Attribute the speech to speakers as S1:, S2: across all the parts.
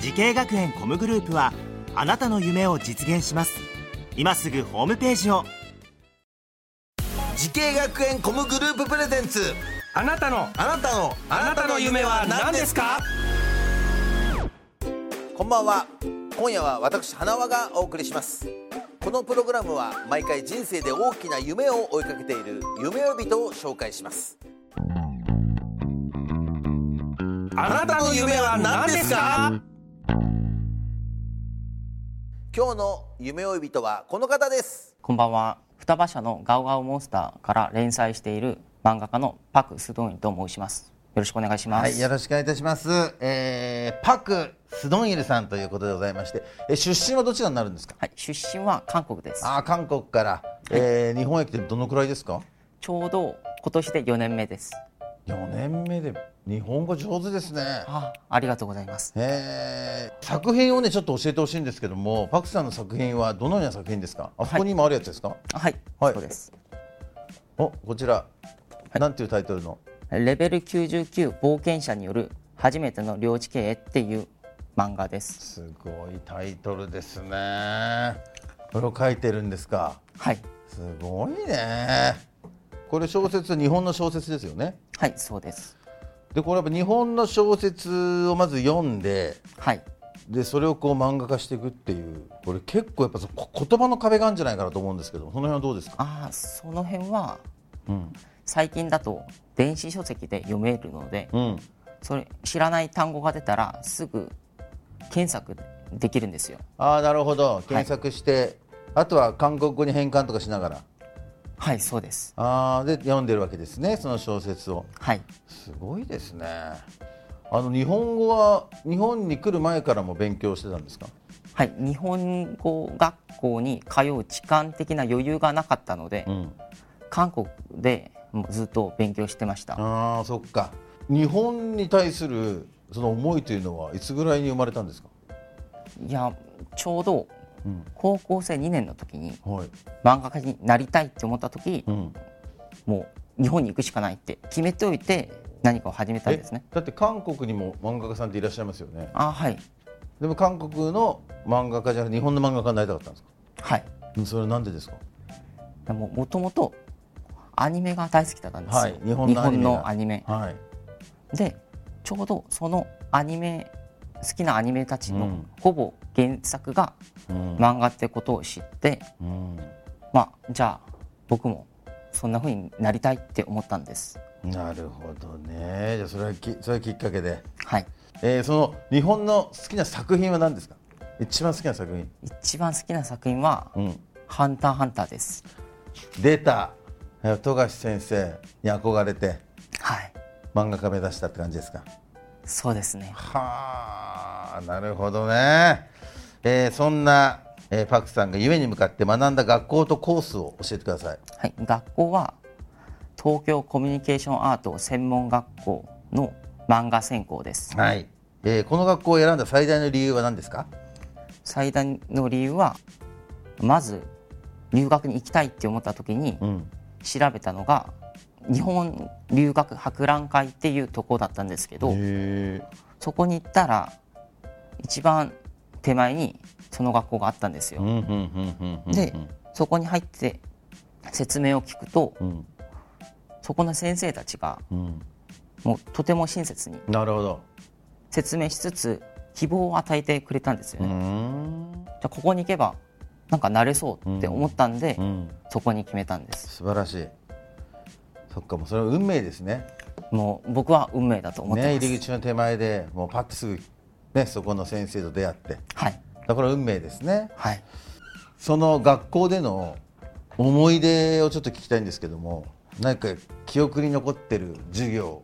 S1: 時系学園コムグループはあなたの夢を実現します今すぐホームページを
S2: 時系学園コムグループプレゼンツ
S3: あなたの
S2: あなたの
S3: あなたの夢は何ですか
S2: こんばんは今夜は私花輪がお送りしますこのプログラムは毎回人生で大きな夢を追いかけている夢追い人を紹介します
S3: あなたの夢は何ですか
S2: 今日の夢追い人はこの方です
S4: こんばんは双葉社のガオガオモンスターから連載している漫画家のパク・スドンイと申しますよろしくお願いします、
S5: はい、よろしくお願いいたします。えー、パク・スドンイルさんということでございまして、え出身はどちらになるんですか
S4: はい出身は韓国です
S5: あー韓国から、えー日本へ来てどのくらいですか
S4: ちょうど今年で4年目です
S5: ?4 年目で日本語上手ですね。
S4: あありがとうございます
S5: えー、作品をねちょっと教えてほしいんですけどもパクさんの作品はどのような作品ですかあそこに今あるやつですか、
S4: あはい、
S5: はい
S4: そうです
S5: おこちら、なんていうタイトルの
S4: レベル99冒険者による初めての領地経営っていう漫画です
S5: すごいタイトルですねこれを書いてるんですか
S4: はい
S5: すごいねこれ小説日本の小説ですよね
S4: はいそうです
S5: でこれやっぱ日本の小説をまず読んで
S4: はい
S5: でそれをこう漫画化していくっていうこれ結構やっぱそこ言葉の壁があるんじゃないかなと思うんですけどその辺はどうですか、
S4: ああその辺は
S5: うん
S4: 最近だと電子書籍で読めるので、
S5: うん、
S4: それ知らない単語が出たらすぐ検索できるんですよ
S5: ああなるほど検索して、あとは韓国語に変換とかしながら
S4: はいそうです
S5: あーで読んでるわけですねその小説を
S4: はい
S5: すごいですねあの日本語は日本に来る前からも勉強してたんですか
S4: はい日本語学校に通う時間的な余裕がなかったので、
S5: ん
S4: 韓国でもうずっと勉強してました、
S5: ああそっか日本に対するその思いというのはいつぐらいに生まれたんですか
S4: いやちょうど高校生2年の時に
S5: はい、
S4: 漫画家になりたいって思った時、
S5: ん
S4: もう日本に行くしかないって決めておいて何かを始めたんですね
S5: えだって韓国にも漫画家さんっていらっしゃいますよね
S4: あはい
S5: でも韓国の漫画家じゃなくて日本の漫画家になりたかったんですか
S4: はい
S5: うんそれはなんでですか
S4: でももともとアニメが大好きだったんですよ、
S5: はい日本のアニメが
S4: 日本のアニメ
S5: はい
S4: でちょうどそのアニメ好きなアニメたち
S5: う
S4: の
S5: ん
S4: ほぼ原作が
S5: うん
S4: 漫画ってことを知って、まあじゃあ僕もそんな風になりたいって思ったんです
S5: なるほどねじゃあそれはきそれはきっかけで、
S4: はい
S5: えーその日本の好きな作品は何ですか一番好きな作品、
S4: 一番好きな作品は
S5: うん、
S4: 「ハンターハンター」です
S5: 出たえー富樫先生に憧れて
S4: はい
S5: 漫画家目指したって感じですか
S4: そうですね
S5: はあなるほどね、えーそんな、えーパクさんが夢に向かって学んだ学校とコースを教えてください
S4: はい、学校は東京コミュニケーションアート専門学校の漫画専攻です
S5: はい、えーこの学校を選んだ最大の理由は何ですか
S4: 最大の理由はまず留学に行きたいって思った時に
S5: ん
S4: 調べたのが日本留学博覧会っていうとこだったんですけど
S5: へ
S4: そこに行ったら一番手前にその学校があったんです
S5: う
S4: よ。
S5: んうんうんうん
S4: でそこに入って説明を聞くと
S5: うん
S4: そこの先生たちが
S5: うん
S4: もうとても親切に
S5: なるほど
S4: 説明しつつ希望を与えてくれたんですよ
S5: うー
S4: ね。
S5: ん
S4: じゃあここに行けばなんかなれそうって思ったんで
S5: うん
S4: そこに決めたんです。
S5: 素晴らしいそっかもうそれは運命ですね
S4: もう僕は運命だと思って
S5: ね
S4: ます、
S5: 入り口の手前でもうパッとすぐねそこの先生と出会って
S4: はい
S5: だから運命ですね
S4: はい
S5: その学校での思い出をちょっと聞きたいんですけども何か記憶に残ってる授業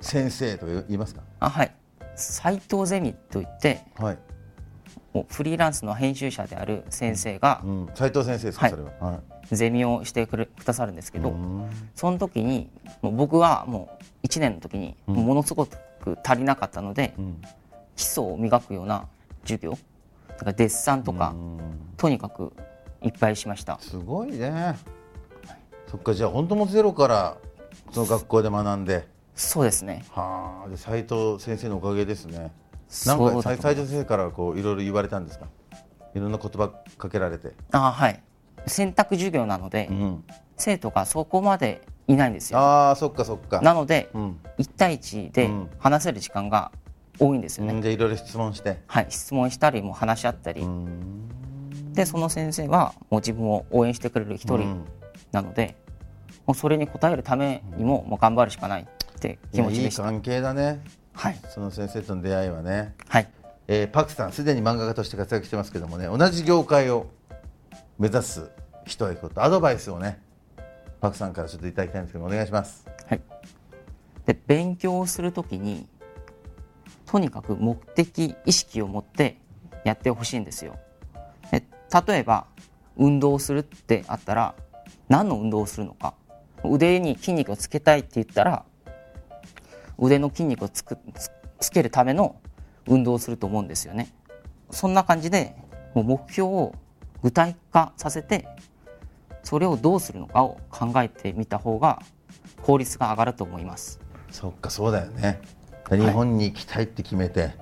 S5: 先生とかいますか
S4: あはい斎藤ゼミといって
S5: はい。
S4: もうフリーランスの編集者である先生が
S5: うん。斉藤先生ですか、
S4: はい
S5: それは。はい。
S4: ゼミをしてくれくださるんですけど、その時にもう僕はもう1年の時にものすごく足りなかったので、基礎を磨くような授業だからデッサンとか、とにかくいっぱいしました
S5: すごいね。そっか、じゃあ本当もゼロからその学校で学んで。
S4: そうですね
S5: はあ、で斉藤先生のおかげですね。
S4: そ
S5: な
S4: うだと
S5: ん
S4: 思い
S5: か
S4: ます
S5: 斉斉藤先生からこういろいろ言われたんですか。いろんな言葉かけられて。
S4: あーはい選択授業なので、
S5: うん。
S4: 生徒がそこまでいないんですよ
S5: ああ、そっかそっか。
S4: なので、
S5: うん
S4: 1対1で
S5: うん
S4: 話せる時間が多いんですよね、
S5: うん、じゃあいろいろ質問して。
S4: はい、質問したりも話し合ったり、でその先生はもう自分を応援してくれる一人なので、もうそれに応えるためにももう頑張るしかないって気持
S5: い
S4: ち
S5: やい
S4: で
S5: い
S4: した。
S5: 関係だね。
S4: はい、
S5: その先生との出会いはね。
S4: はい、
S5: えーパクさんすでに漫画家として活躍してますけどもね同じ業界を目指す人へことアドバイスをねパクさんからちょっといただきたいんですけどお願いします
S4: はい、で勉強をするときにとにかく目的意識を持ってやってほしいんですよ。で例えば運動をするってあったら何の運動をするのか腕に筋肉をつけたいって言ったら腕の筋肉をつくつつけるための運動をすると思うんですよね。そんな感じでもう目標を具体化させてそれをどうするのかを考えてみた方が効率が上がると思います。
S5: そっかそうだよね日本に行きたいって決めて、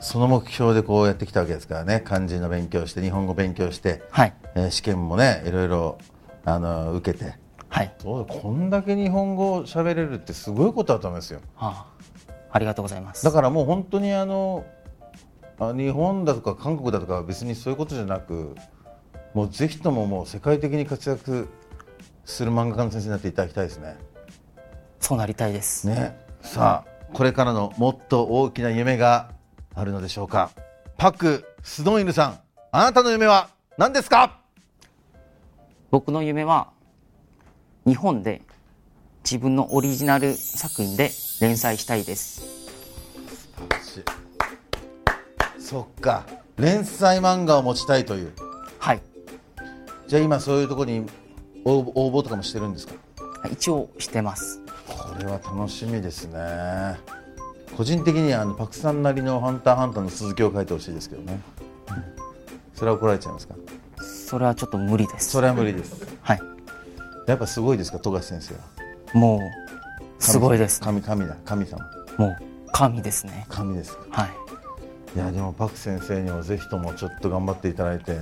S5: その目標でこうやってきたわけですからね漢字の勉強して日本語勉強して、
S4: はい、
S5: えー試験もねいろいろあの受けて
S4: はい、
S5: そうだこんだけ日本語喋れるってすごいことだと思いますよ
S4: ああ、ありがとうございます。
S5: だからもう本当にあのあ日本だとか韓国だとかは別にそういうことじゃなくもうぜひとももう世界的に活躍する漫画家の先生になっていただきたいですね。
S4: そうなりたいです。
S5: ねさあこれからのもっと大きな夢があるのでしょうかパク・スドンイルさんあなたの夢は何ですか
S4: 僕の夢は日本で自分のオリジナル作品で連載したいです。
S5: そっか連載漫画を持ちたいという
S4: はい、
S5: じゃあ今そういうところに応募応募とかもしてるんですか
S4: 一応してます。
S5: これは楽しみですね個人的にはあのパクさんなりの「ハンターハンター」の続きを書いてほしいですけどねそれは怒られちゃいますか
S4: それはちょっと無理です。
S5: それは無理です
S4: はい、
S5: やっぱすごいですか富樫先生は
S4: もう
S5: 神様
S4: すごいです。
S5: 神神だ神様
S4: もう神ですね。
S5: 神ですか
S4: はい、
S5: いやでもパク先生にもぜひともちょっと頑張っていただいて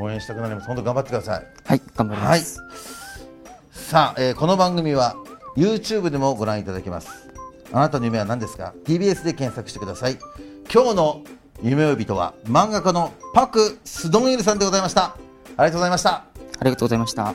S5: 応援したくなります本当頑張ってください
S4: はい、頑張ります。
S5: さあ、えーこの番組は YouTube でもご覧いただけますあなたの夢は何ですか TBS で検索してください今日の夢呼びとは漫画家のパク・スドンイルさんでございましたありがとうございました
S4: ありがとうございました。